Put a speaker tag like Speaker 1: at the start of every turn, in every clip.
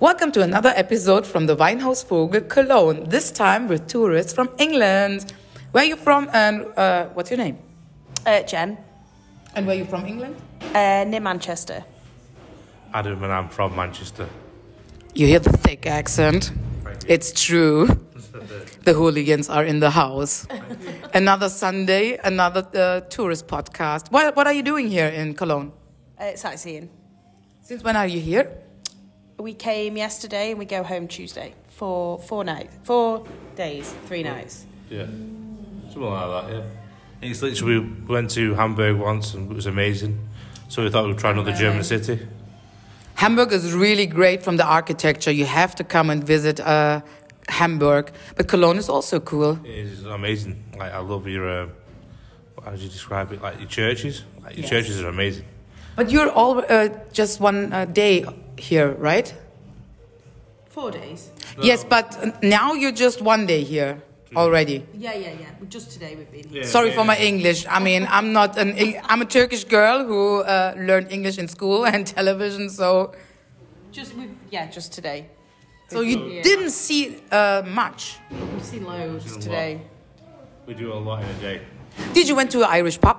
Speaker 1: Welcome to another episode from the Winehouse Vogel Cologne, this time with tourists from England. Where are you from and uh, what's your name?
Speaker 2: Uh, Jen,
Speaker 1: And where are you from, England?
Speaker 2: uh, near Manchester.
Speaker 3: Adam and I'm from Manchester.
Speaker 1: You hear the thick accent? It's true. The hooligans are in the house. another Sunday, another uh, tourist podcast. What, what are you doing here in Cologne?
Speaker 2: Uh, sightseeing.
Speaker 1: Since when are you here?
Speaker 2: We came yesterday and we go home Tuesday for four nights, four days, three nights.
Speaker 3: Yeah. Something like that, yeah. It's literally, we went to Hamburg once and it was amazing. So we thought we'd try another German city.
Speaker 1: Hamburg is really great from the architecture. You have to come and visit uh, Hamburg. But Cologne is also cool.
Speaker 3: It is amazing. Like, I love your, uh, how do you describe it? Like, your churches. Like, your
Speaker 1: Yes.
Speaker 3: churches are amazing.
Speaker 1: But you're all uh, just one uh, day here, right?
Speaker 2: Four days?
Speaker 1: Yes, but now you're just one day here already.
Speaker 2: Mm-hmm. Yeah, yeah, yeah. Just today we've been.
Speaker 1: Sorry for my English. I mean, I'm not an Eng- I'm a Turkish girl who uh, learned English in school and television. So,
Speaker 2: Just we yeah, just today.
Speaker 1: so you
Speaker 2: Yeah.
Speaker 1: didn't see uh, much.
Speaker 2: We've seen loads
Speaker 3: Seen
Speaker 2: today.
Speaker 3: We do a lot in a day.
Speaker 1: Did you went to an Irish pub?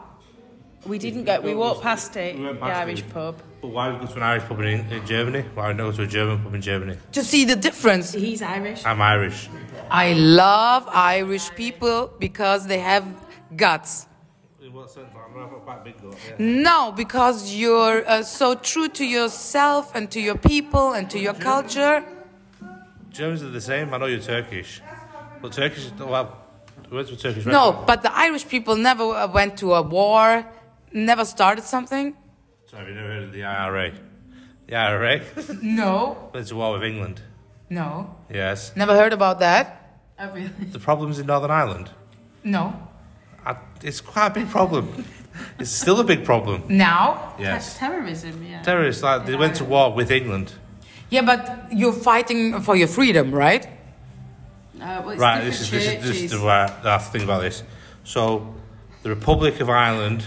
Speaker 2: We didn't go. We walked past it.
Speaker 3: We went
Speaker 2: the
Speaker 3: past
Speaker 2: Irish
Speaker 3: it.
Speaker 2: pub.
Speaker 3: But why would we go to an Irish pub in, in Germany? Why would we go to a German pub in Germany?
Speaker 1: To see the difference.
Speaker 2: He's Irish.
Speaker 3: I'm Irish.
Speaker 1: I love Irish people because they have guts.
Speaker 3: In what sense? I'm not quite big though.
Speaker 1: No, because you're uh, so true to yourself and to your people and to
Speaker 2: Mm-hmm.
Speaker 1: your culture.
Speaker 3: Germans are the same. I know you're Turkish. But Turkish, well, we went to a Turkish
Speaker 1: No, but the Irish people never uh, went to a war, never started something.
Speaker 3: So have you never heard of the IRA? The IRA
Speaker 1: No,
Speaker 3: went to war with England.
Speaker 1: no.
Speaker 3: Yes.
Speaker 1: Never heard about that.
Speaker 2: Oh, really?
Speaker 3: The problem's in Northern Ireland.
Speaker 1: No.
Speaker 3: I, it's quite a big problem. it's still a big problem.
Speaker 1: Now?
Speaker 3: Yes.
Speaker 2: Terrorism, yeah.
Speaker 3: Terrorists, like, they went to war with England.
Speaker 1: Yeah, but you're fighting for your freedom, right?
Speaker 2: Uh, well, it's
Speaker 3: right,
Speaker 2: different
Speaker 3: this is, this is, this is
Speaker 2: churches.
Speaker 3: the way I have to think about this. So, the Republic of Ireland,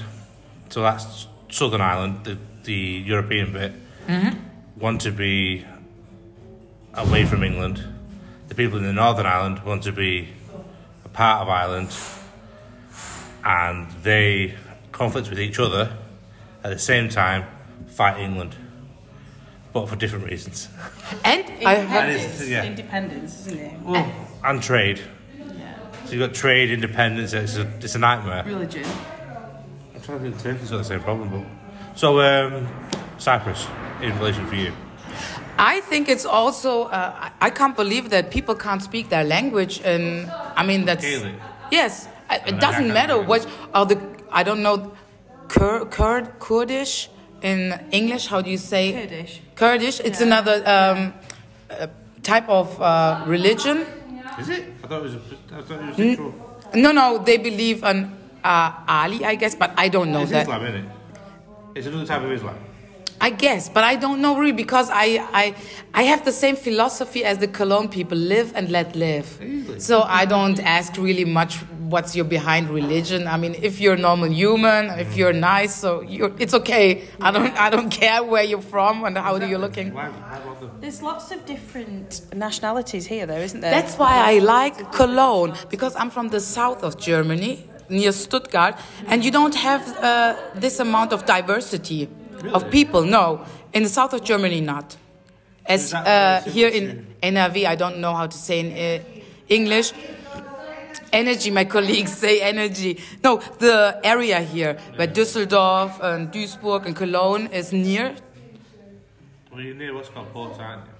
Speaker 3: so that's Southern Ireland, the, the European bit,
Speaker 2: Mm-hmm.
Speaker 3: want to be away from England. The people in the Northern Ireland want to be a part of Ireland, and they conflict with each other at the same time, fight England, but for different reasons.
Speaker 1: And I heard.
Speaker 2: Independence,
Speaker 3: is- yeah.
Speaker 2: independence, isn't it?
Speaker 3: and trade. So you've got trade, independence, it's a, it's a nightmare.
Speaker 2: Religion.
Speaker 3: I'm trying to think Turkey's got the same problem, but. So, um, Cyprus, in relation for you.
Speaker 1: I think it's also. Uh, I- I can't believe that people can't speak their language, and I mean that's.
Speaker 3: Gaelic.
Speaker 1: Yes, I- it
Speaker 3: And
Speaker 1: doesn't
Speaker 3: Iraqi
Speaker 1: matter
Speaker 3: language.
Speaker 1: what. Or the I don't know, Kur, Kurd Kurdish in English. How do you say
Speaker 2: Kurdish.
Speaker 1: Kurdish. It's another um, uh, type of uh, religion.
Speaker 3: Is it? I thought it was a. I thought
Speaker 1: Hmm?
Speaker 3: it was a true.
Speaker 1: No, no, they believe on uh, Ali, I guess, but I don't know
Speaker 3: It's
Speaker 1: that.
Speaker 3: Islam, isn't it? It's another type of Islam.
Speaker 1: I guess, but I don't know really because I, I, I have the same philosophy as the Cologne people live and let live.
Speaker 3: Really?
Speaker 1: So I don't ask really much what's your behind religion. I mean, if you're a normal human, if you're nice, so you're, it's okay. I don't, I don't care where you're from and how you're looking.
Speaker 3: Why, why want the.
Speaker 2: There's lots of different nationalities here, though, isn't there?
Speaker 1: That's why I like Cologne because I'm from the south of Germany, near Stuttgart, and you don't have uh, this amount of diversity of people. No, in the south of Germany, not. As
Speaker 3: Is that
Speaker 1: uh,
Speaker 3: relative
Speaker 1: here in NRV, I don't know how to say in uh, English. Energy, my colleagues say energy. No, the area here where Düsseldorf and Duisburg and Cologne is near
Speaker 3: Well, you're near what's called Port, aren't you?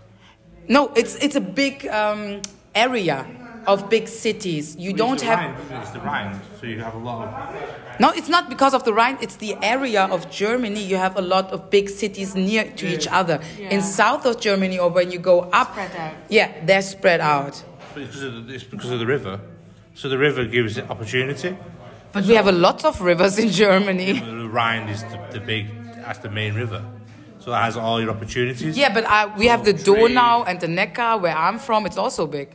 Speaker 1: No, it's it's a big um, area of big cities. You don't
Speaker 3: it's the
Speaker 1: have
Speaker 3: Rhine, isn't it? It's the Rhine, so you have a lot of.
Speaker 1: no. It's not because of the Rhine. It's the area of Germany. You have a lot of big cities near to each other. In south of Germany, or when you go up,
Speaker 2: Spread out.
Speaker 1: yeah, they're spread out.
Speaker 3: But it's because of the, it's because of the river. So the river gives it opportunity.
Speaker 1: But we have a lot of rivers in Germany.
Speaker 3: The Rhine is the, the big, that's the main river. So that has all your opportunities.
Speaker 1: Yeah, but I, we have the
Speaker 3: Trade.
Speaker 1: Donau and the Neckar, where I'm from. It's also big.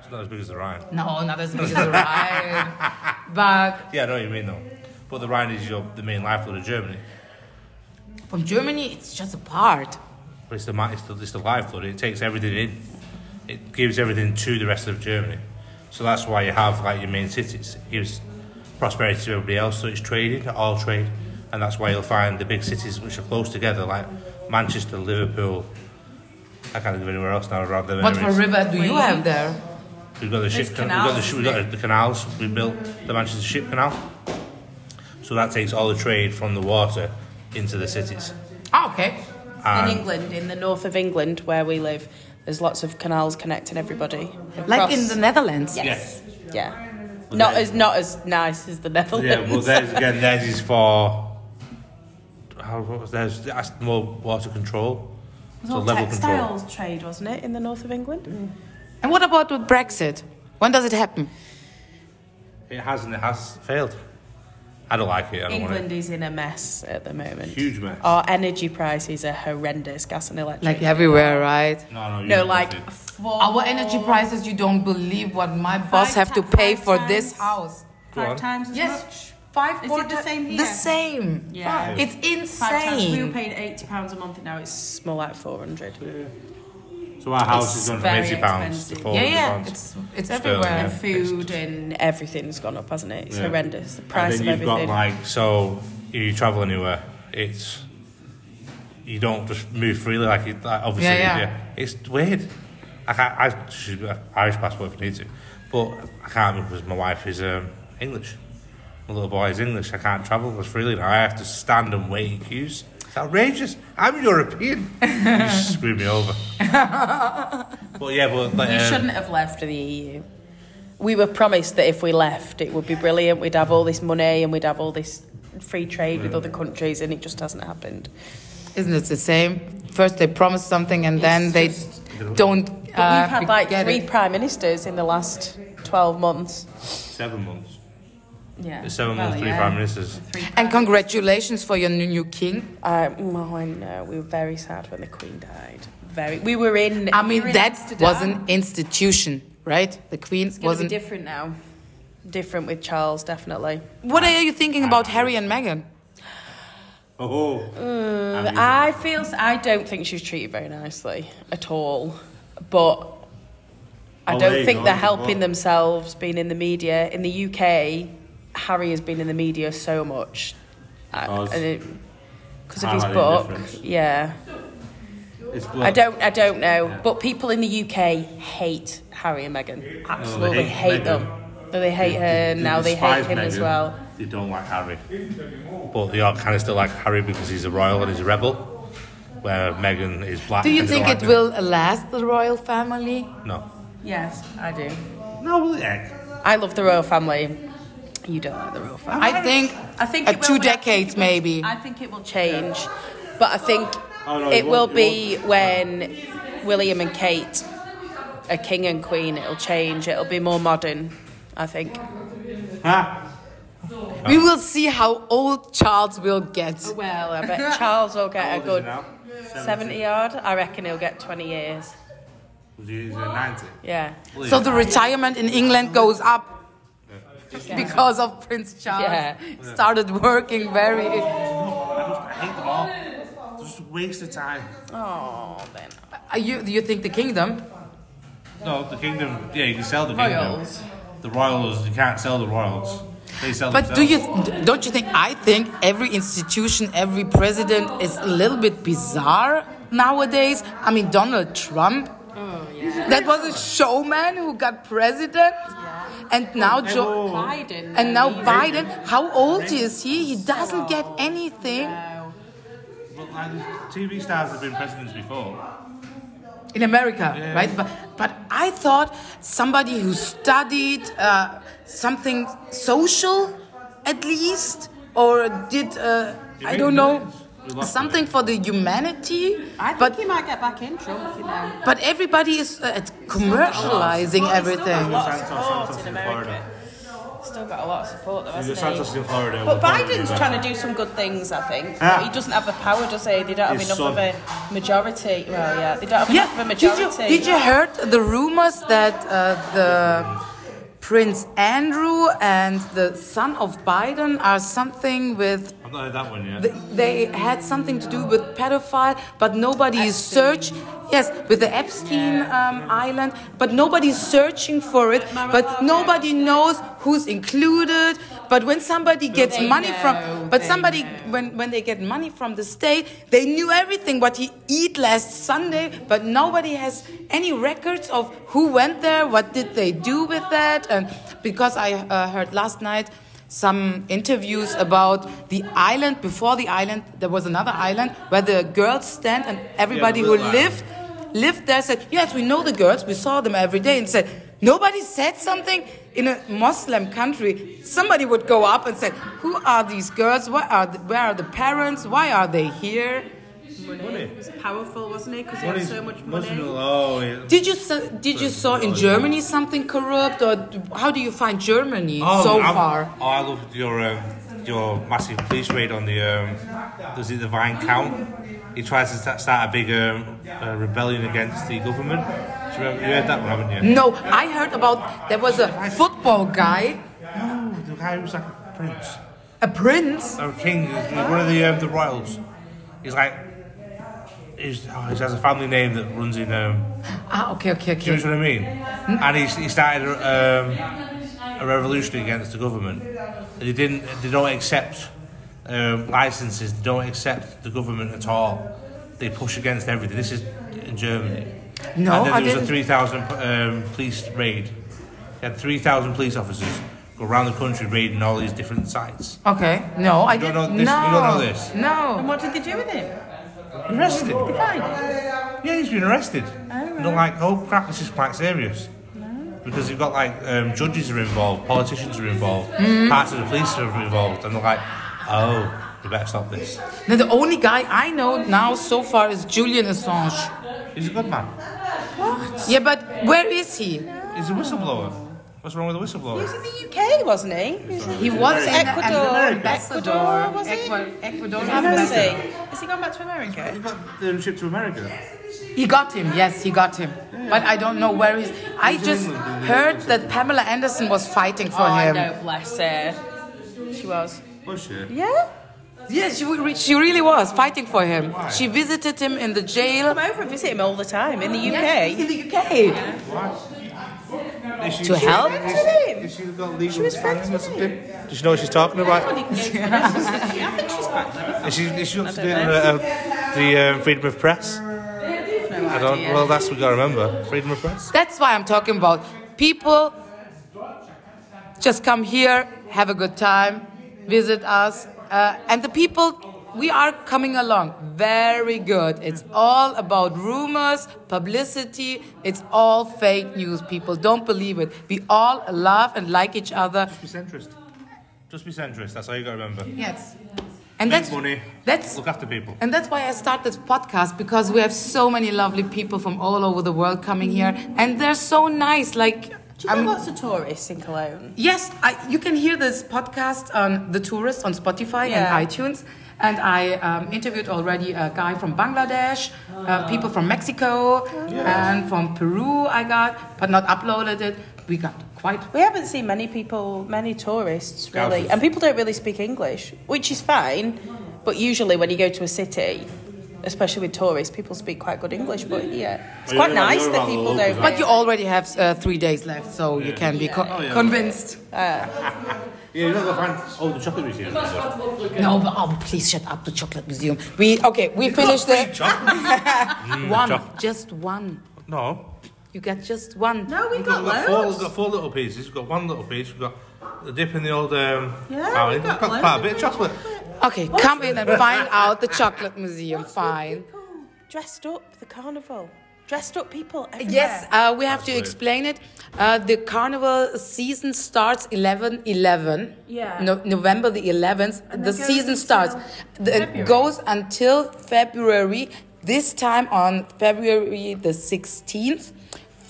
Speaker 3: It's not as big as the Rhine.
Speaker 1: No, not as big as the Rhine, but
Speaker 3: Yeah, I know what you mean though. But the Rhine is your, the main lifeblood of Germany.
Speaker 1: from Germany, it's just a part.
Speaker 3: But it's the, ma- it's the, it's the lifeblood. It takes everything in. It gives everything to the rest of Germany. So that's why you have like your main cities. It gives prosperity to everybody else. So it's trading, all trade, and that's why you'll find the big cities which are close together, like Manchester, Liverpool. I can't think of anywhere else now around them.
Speaker 1: What for
Speaker 3: areas.
Speaker 1: river do you
Speaker 2: Wait.
Speaker 1: have there?
Speaker 3: We've got the
Speaker 2: There's
Speaker 3: ship. Can- we've got the,
Speaker 2: canals,
Speaker 3: sh- we've got the canals. We built the Manchester Ship Canal, so that takes all the trade from the water into the cities.
Speaker 1: Ah, okay.
Speaker 3: Um,
Speaker 2: in England, in the north of England where we live, there's lots of canals connecting everybody.
Speaker 1: Like
Speaker 2: across-
Speaker 1: in the Netherlands.
Speaker 2: Yes. Yeah.
Speaker 3: Well,
Speaker 2: Not
Speaker 3: there-
Speaker 2: as not as nice as the Netherlands.
Speaker 3: Yeah, well, theirs again, theirs is for how what was theirs? That's more water control,
Speaker 2: It was all textiles trade, wasn't it, in the north of
Speaker 3: Mm.
Speaker 2: England?
Speaker 1: And what about with Brexit? When does it happen?
Speaker 3: It has and it has failed. I don't like it. I don't want
Speaker 2: England is in a mess at the moment.
Speaker 3: Huge mess.
Speaker 2: Our energy prices are horrendous, gas and electric.
Speaker 1: Like everywhere, right?
Speaker 3: it. No, no, you
Speaker 2: no,
Speaker 3: don't
Speaker 2: like
Speaker 3: want it.
Speaker 2: four,
Speaker 1: Our energy prices, you don't believe what my boss have to pay for this house.
Speaker 3: Go on.
Speaker 2: five times as
Speaker 1: Yes,
Speaker 2: much.
Speaker 1: five
Speaker 2: Is
Speaker 1: four
Speaker 2: it the
Speaker 1: ti-
Speaker 2: same
Speaker 1: The
Speaker 2: here?
Speaker 1: same.
Speaker 2: Yeah.
Speaker 1: It's
Speaker 2: Five times. We were
Speaker 1: insane.
Speaker 2: paid eighty pounds a month, and now it's more like four hundred.
Speaker 3: So our house
Speaker 2: It's
Speaker 3: is going from
Speaker 2: very
Speaker 3: eighty pounds to
Speaker 2: expensive.
Speaker 3: four
Speaker 1: yeah,
Speaker 3: hundred
Speaker 1: yeah.
Speaker 3: pounds.
Speaker 1: It's it's
Speaker 3: Sterling,
Speaker 1: everywhere.
Speaker 2: And
Speaker 3: Yeah.
Speaker 2: food and everything's gone up, hasn't it? It's
Speaker 3: Yeah.
Speaker 2: horrendous. The price
Speaker 3: and
Speaker 2: of
Speaker 3: then you've
Speaker 2: everything.
Speaker 3: got like so you travel anywhere. It's you don't just move freely like, it, like obviously
Speaker 1: Yeah, yeah.
Speaker 3: It's weird. I can't. I should have Irish passport if I need to, but I can't move because my wife is um, English. My little boy is English. I can't travel as freely now. I have to stand and wait in queues. It's outrageous. I'm European. you just screwed me over. but yeah, but like,
Speaker 2: We
Speaker 3: um,
Speaker 2: shouldn't have left the EU. We were promised that if we left, it would be brilliant. We'd have all this money and we'd have all this free trade with other countries, and it just hasn't happened.
Speaker 1: Isn't it the same? First they promise something and then they don't.
Speaker 2: But we've had like
Speaker 1: Uh, get
Speaker 2: three
Speaker 1: it.
Speaker 2: prime ministers in the last 12 months.
Speaker 3: seven months.
Speaker 2: Yeah.
Speaker 3: It's seven months, three prime ministers.
Speaker 1: And congratulations for your new new king.
Speaker 2: Um, oh, I know. We were very sad when the Queen died. Very. We were in.
Speaker 1: I
Speaker 2: we
Speaker 1: mean,
Speaker 2: were in
Speaker 1: that
Speaker 2: Amsterdam.
Speaker 1: was an institution, right? The queen
Speaker 2: It's going to
Speaker 1: wasn't.
Speaker 2: be different now. Different with Charles, definitely.
Speaker 1: What are you thinking about Harry and Meghan?
Speaker 3: Oh,
Speaker 2: But I feel s- I don't think she was treated very nicely at all, but I
Speaker 3: Oh, there
Speaker 2: don't
Speaker 3: you
Speaker 2: think
Speaker 3: go,
Speaker 2: they're
Speaker 3: you
Speaker 2: helping
Speaker 3: go.
Speaker 2: themselves being in the media. In the UK, Harry has been in the media so much
Speaker 3: Oh, it's
Speaker 2: because of his
Speaker 3: highlighting
Speaker 2: book.
Speaker 3: difference.
Speaker 2: Yeah,
Speaker 3: It's
Speaker 2: I don't, I don't know, but people in the UK hate Harry and Meghan. Absolutely
Speaker 3: Oh, hate
Speaker 2: hate,
Speaker 3: Meghan.
Speaker 2: them. Though they hate her uh, now, they hate
Speaker 3: despise
Speaker 2: him as
Speaker 3: Meghan.
Speaker 2: well.
Speaker 3: They don't like Harry. But they all kind of still like Harry because he's a royal and he's a rebel, where Meghan is black.
Speaker 1: Do you
Speaker 3: and they
Speaker 1: think
Speaker 3: don't
Speaker 1: it
Speaker 3: like her.
Speaker 1: will last the royal family?
Speaker 3: No.
Speaker 2: Yes, I do.
Speaker 3: No, well, yeah.
Speaker 2: I love the royal family. You don't like the royal family.
Speaker 1: I think.
Speaker 2: I think
Speaker 1: uh,
Speaker 2: it will
Speaker 1: two
Speaker 2: be-
Speaker 1: decades maybe.
Speaker 2: I think it will change, but I think
Speaker 3: Oh, no, it
Speaker 2: it will
Speaker 3: won't-
Speaker 2: be
Speaker 3: it
Speaker 2: when William and Kate are king and queen. It'll change. It'll be more modern. I think.
Speaker 3: Ah.
Speaker 1: We will see how old Charles will get.
Speaker 2: Well, I bet Charles will get a
Speaker 3: How old is
Speaker 2: good
Speaker 3: he now?
Speaker 2: 70 yard. I reckon he'll get 20 years.
Speaker 3: He's a 90.
Speaker 2: Yeah.
Speaker 1: So the retirement in England goes up because of Prince Charles.
Speaker 2: Yeah.
Speaker 1: Started working very. uh,
Speaker 3: I just I hate them all. It's just a waste of time.
Speaker 2: Oh, then.
Speaker 1: Uh, You, you think the kingdom?
Speaker 3: No, the kingdom. Yeah, you can sell the
Speaker 2: Royals.
Speaker 3: kingdom. The royals, you can't sell the royals. They sell
Speaker 1: But do
Speaker 3: themselves.
Speaker 1: you don't you think? I think every institution, every president is a little bit bizarre nowadays. I mean, Donald Trump. Oh, That was a showman who got president, and now Joe
Speaker 2: Biden.
Speaker 1: and now Biden. How old is he? He doesn't get anything.
Speaker 3: But like, TV stars have been presidents before.
Speaker 1: in America, right? But but I thought somebody who studied uh, something social, at least, or did uh,
Speaker 3: You
Speaker 1: I
Speaker 3: made
Speaker 1: don't
Speaker 3: the
Speaker 1: know
Speaker 3: millions. We lost
Speaker 1: something for the humanity.
Speaker 2: I think
Speaker 1: but
Speaker 2: he might get back in Trump, you know.
Speaker 1: but everybody is uh, commercializing everything.
Speaker 2: Lots of
Speaker 3: Santos,
Speaker 2: support
Speaker 3: Santos
Speaker 2: in
Speaker 3: in Florida.
Speaker 2: Still got a lot of support though,
Speaker 3: Because
Speaker 2: hasn't he?
Speaker 3: Santos in Florida.
Speaker 2: But Biden's trying to do some good things, I think.
Speaker 3: Ah.
Speaker 2: But he doesn't have the power, does he? They don't have
Speaker 3: His
Speaker 2: enough
Speaker 3: son.
Speaker 2: of a majority. Well, yeah, they don't have enough of a
Speaker 1: did you,
Speaker 2: majority.
Speaker 1: did you heard the rumors that uh, the Prince Andrew and the son of Biden are something with
Speaker 3: I've not heard that one yet.
Speaker 1: Th- They had something to do with pedophile, but nobody is search. Yes, with the Epstein um, Island, but nobody's searching for it. But nobody knows who's included. But when somebody gets
Speaker 4: They
Speaker 1: money
Speaker 4: know,
Speaker 1: from, but
Speaker 4: they
Speaker 1: somebody when when they get money from the state, they knew everything what he eat last Sunday. But nobody has any records of who went there, what did they do with that, and because I uh, heard last night some interviews about the island. Before the island, there was another island where the girls stand and everybody
Speaker 3: the
Speaker 1: who
Speaker 3: real island.
Speaker 1: lived lived there said, "Yes, we know the girls. We saw them every day." And said, "Nobody said something." In a Muslim country, somebody would go up and say, "Who are these girls? Where are the, where are the parents? Why are they here?"
Speaker 3: Money.
Speaker 4: It was powerful, wasn't it? Because he
Speaker 3: What
Speaker 4: had
Speaker 3: is
Speaker 4: so much money.
Speaker 3: Muslim law? Oh, yeah.
Speaker 1: Did you s- did you saw in Germany something corrupt, or d- how do you find Germany
Speaker 3: Oh,
Speaker 1: so
Speaker 3: I'm-
Speaker 1: far?
Speaker 3: Oh, I loved your um, your massive police raid on the um, was it the Vine Count? He tried to sta- start a big um, uh, rebellion against the government. Do you, remember, you heard that one, haven't
Speaker 4: Mm.
Speaker 3: you?
Speaker 1: No, I heard about there was a football guy,
Speaker 3: No, the guy was like a prince
Speaker 1: a prince.
Speaker 3: or a king, he's one of the um, the royals. He's like. He's, oh, he has a family name that runs in. Um,
Speaker 1: Ah, okay, okay,
Speaker 3: do you
Speaker 1: okay.
Speaker 3: know what I mean? And he, he started um, a revolution against the government. They didn't. They don't accept um, licenses. They don't accept the government at all. They push against everything. This is in Germany.
Speaker 1: No,
Speaker 3: and then
Speaker 1: I
Speaker 3: there was
Speaker 1: didn't.
Speaker 3: a three thousand um, police raid. They had three thousand police officers go around the country raiding all these different sites.
Speaker 1: Okay, no, I
Speaker 3: don't
Speaker 1: didn't.
Speaker 3: know this-
Speaker 1: no,
Speaker 3: you don't know this?
Speaker 2: And
Speaker 1: No.
Speaker 2: what did they do with him?
Speaker 3: Arrested him.
Speaker 2: Fine.
Speaker 3: Yeah, he's been arrested. And I'm like, oh crap, this is quite serious. Because you've got like um, judges are involved, politicians are involved,
Speaker 2: Hmm.
Speaker 3: parts of the police are involved, and they're like, oh, we better stop this.
Speaker 1: No, the only guy I know now so far is Julian Assange.
Speaker 3: He's a good man.
Speaker 1: Yeah, but where is he?
Speaker 3: He's a whistleblower. What's wrong with a
Speaker 2: He was
Speaker 3: whistleblower?
Speaker 2: in the UK, wasn't he?
Speaker 1: He was in
Speaker 2: Ecuador.
Speaker 1: an ambassador.
Speaker 2: Ecuador, was he?
Speaker 1: Ecuador, Ecuador
Speaker 2: Where is
Speaker 1: ambassador.
Speaker 2: he? Has he gone back to America?
Speaker 3: He got the ship to America.
Speaker 1: He got him. Yes, he got him. But I don't know where he's. I just
Speaker 3: England, didn't he?
Speaker 1: heard that Pamela Anderson was fighting for
Speaker 2: Oh, I
Speaker 1: him.
Speaker 2: know, bless her. She was.
Speaker 3: Was she?
Speaker 2: Yeah?
Speaker 1: Yeah, she re- she really was fighting for him. She visited him in the jail.
Speaker 2: Come over and visit him all the time in the UK.
Speaker 1: Yes, in the UK.
Speaker 3: Is she,
Speaker 1: To
Speaker 3: is she-
Speaker 1: help?
Speaker 3: is-
Speaker 2: Friends with
Speaker 3: is she got legal
Speaker 2: was
Speaker 3: standing or
Speaker 2: friends with
Speaker 3: something? Does she know what she's talking about?
Speaker 2: I think she's quite clever.
Speaker 3: Is she, is she up to
Speaker 2: I
Speaker 3: date
Speaker 2: don't
Speaker 3: on uh, uh, the um, freedom of press? I don't. Well, that's what we got to remember. Freedom of press.
Speaker 1: That's why I'm talking about people just come here, have a good time, visit us. Uh, and the people, we are coming along very good. It's all about rumors, publicity, it's all fake news. People don't believe it. We all love and like each other.
Speaker 3: Just be centrist. Just be centrist. That's all you got to remember.
Speaker 1: Yes. And
Speaker 3: Make
Speaker 1: that's
Speaker 3: money.
Speaker 1: That's
Speaker 3: Look after people.
Speaker 1: And that's why I start this podcast because we have so many lovely people from all over the world coming here, and they're so nice. Like,
Speaker 2: Do you know
Speaker 1: I'm,
Speaker 2: lots of tourists in Cologne?
Speaker 1: yes, I, you can hear this podcast on the tourist on Spotify
Speaker 2: Yeah.
Speaker 1: and iTunes. And I um, interviewed already a guy from Bangladesh, uh, people from Mexico, and from Peru. I got, but not uploaded it. We got quite
Speaker 2: We haven't seen many people, many tourists really,
Speaker 3: Scousers.
Speaker 2: and people don't really speak English, which is fine. But usually, when you go to a city, especially with tourists, people speak quite good English. But yeah, it's quite
Speaker 3: Well, you're about-
Speaker 2: nice
Speaker 3: you're
Speaker 2: that
Speaker 3: about the
Speaker 2: people
Speaker 3: locals,
Speaker 2: don't.
Speaker 1: But you already have uh, three days left, so you can be co- convinced.
Speaker 3: Yeah, you're not gonna find. Oh, the chocolate museum.
Speaker 1: No, but oh, please shut up the chocolate museum. We okay, we finished the one,
Speaker 3: chocolate.
Speaker 1: just one.
Speaker 3: No.
Speaker 1: You get just one.
Speaker 2: no, we
Speaker 3: We've
Speaker 2: got, loads.
Speaker 3: got, four. We've got four little pieces. We've got one little piece. We've got a dip in the old. Um,
Speaker 2: Yeah,
Speaker 3: flour.
Speaker 2: we've got loads
Speaker 3: quite a
Speaker 2: of
Speaker 3: bit of chocolate.
Speaker 1: Okay, come in and find out the chocolate museum. Fine.
Speaker 2: Dressed up, the carnival. Dressed up people. Everywhere.
Speaker 1: Yes, uh, we have to
Speaker 3: Absolutely.
Speaker 1: explain it. Uh, the carnival season starts 11 11.
Speaker 2: Yeah.
Speaker 1: No, November the 11th. the
Speaker 2: goes
Speaker 1: season starts. The- It goes until February, this time on February the 16th.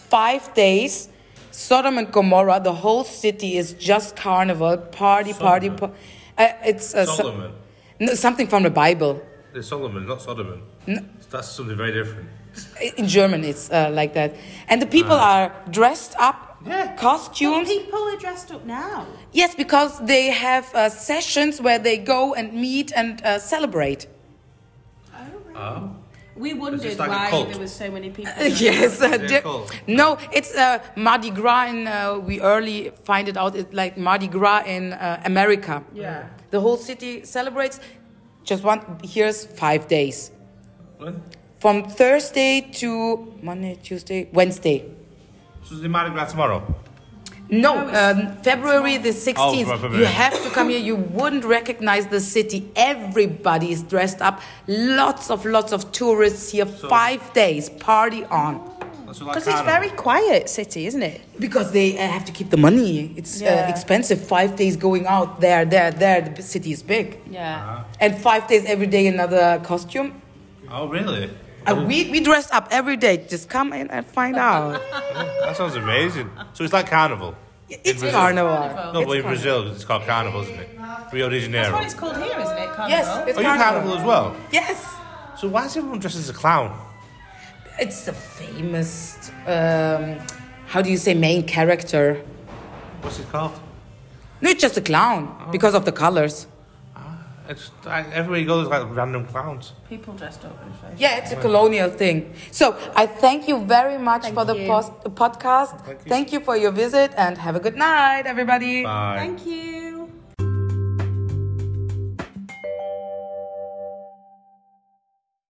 Speaker 1: Five days. Sodom and Gomorrah, the whole city is just carnival, party, party. par- uh, it's uh, so-
Speaker 3: Solomon.
Speaker 1: no, something from the Bible.
Speaker 3: It's Solomon, not Solomon. That's something very different.
Speaker 1: In German, it's uh, like that. And the people are dressed up
Speaker 3: Ah. Yeah.
Speaker 1: costumes.
Speaker 4: people are dressed up now.
Speaker 1: Yes, because they have uh, sessions where they go and meet and uh, celebrate.
Speaker 3: Oh.
Speaker 4: We wondered
Speaker 3: this like a
Speaker 4: why
Speaker 3: cult?
Speaker 4: there was so many people.
Speaker 1: yes, uh,
Speaker 3: They're
Speaker 1: di-
Speaker 3: cool.
Speaker 1: no, it's uh, Mardi Gras, and uh, we early find it out. It's like Mardi Gras in uh, America.
Speaker 4: Yeah.
Speaker 1: the whole city celebrates. Just one. Here's five days
Speaker 3: Well,
Speaker 1: from Thursday to Monday, Tuesday, Wednesday.
Speaker 3: So is the Mardi Gras tomorrow?
Speaker 1: No,
Speaker 4: No, it's-
Speaker 1: um, February the 16th.
Speaker 3: Oh, February.
Speaker 1: You have to come here. You wouldn't recognize the city. Everybody is dressed up. Lots of lots of tourists here. Five days, party on.
Speaker 3: Because
Speaker 2: Because it's very quiet city, isn't it?
Speaker 1: Because they uh, have to keep the money. It's
Speaker 2: Yeah.
Speaker 1: uh, expensive. Five days going out there, there, there. The city is big.
Speaker 4: Yeah.
Speaker 1: And five days every day, another costume.
Speaker 3: Oh, really?
Speaker 1: Uh, we, we dress up every day. Just come in and find out.
Speaker 3: That sounds amazing. So it's like carnival.
Speaker 1: It's
Speaker 3: Brazil.
Speaker 1: carnival. Oh.
Speaker 3: No,
Speaker 1: It's
Speaker 3: but in
Speaker 1: carnival.
Speaker 3: Brazil, it's called carnival, isn't it? Rio de Janeiro.
Speaker 4: That's what it's called here, isn't it? Carnival?
Speaker 1: Yes, it's
Speaker 3: oh, you carnival as well.
Speaker 1: Yes.
Speaker 3: So why is everyone dressed as a clown?
Speaker 1: It's the famous, um, how do you say, main character.
Speaker 3: What's it called?
Speaker 1: No, it's just a clown
Speaker 3: Oh.
Speaker 1: because of the colors.
Speaker 3: It's like, everywhere you go, there's like random clowns.
Speaker 4: people dressed up in fashion.
Speaker 1: Yeah, it's a colonial thing. So I thank you very much for the
Speaker 4: you.
Speaker 1: post- podcast.
Speaker 3: Thank you.
Speaker 1: thank you for your visit and have a good night, everybody.
Speaker 3: Bye.
Speaker 4: Thank you.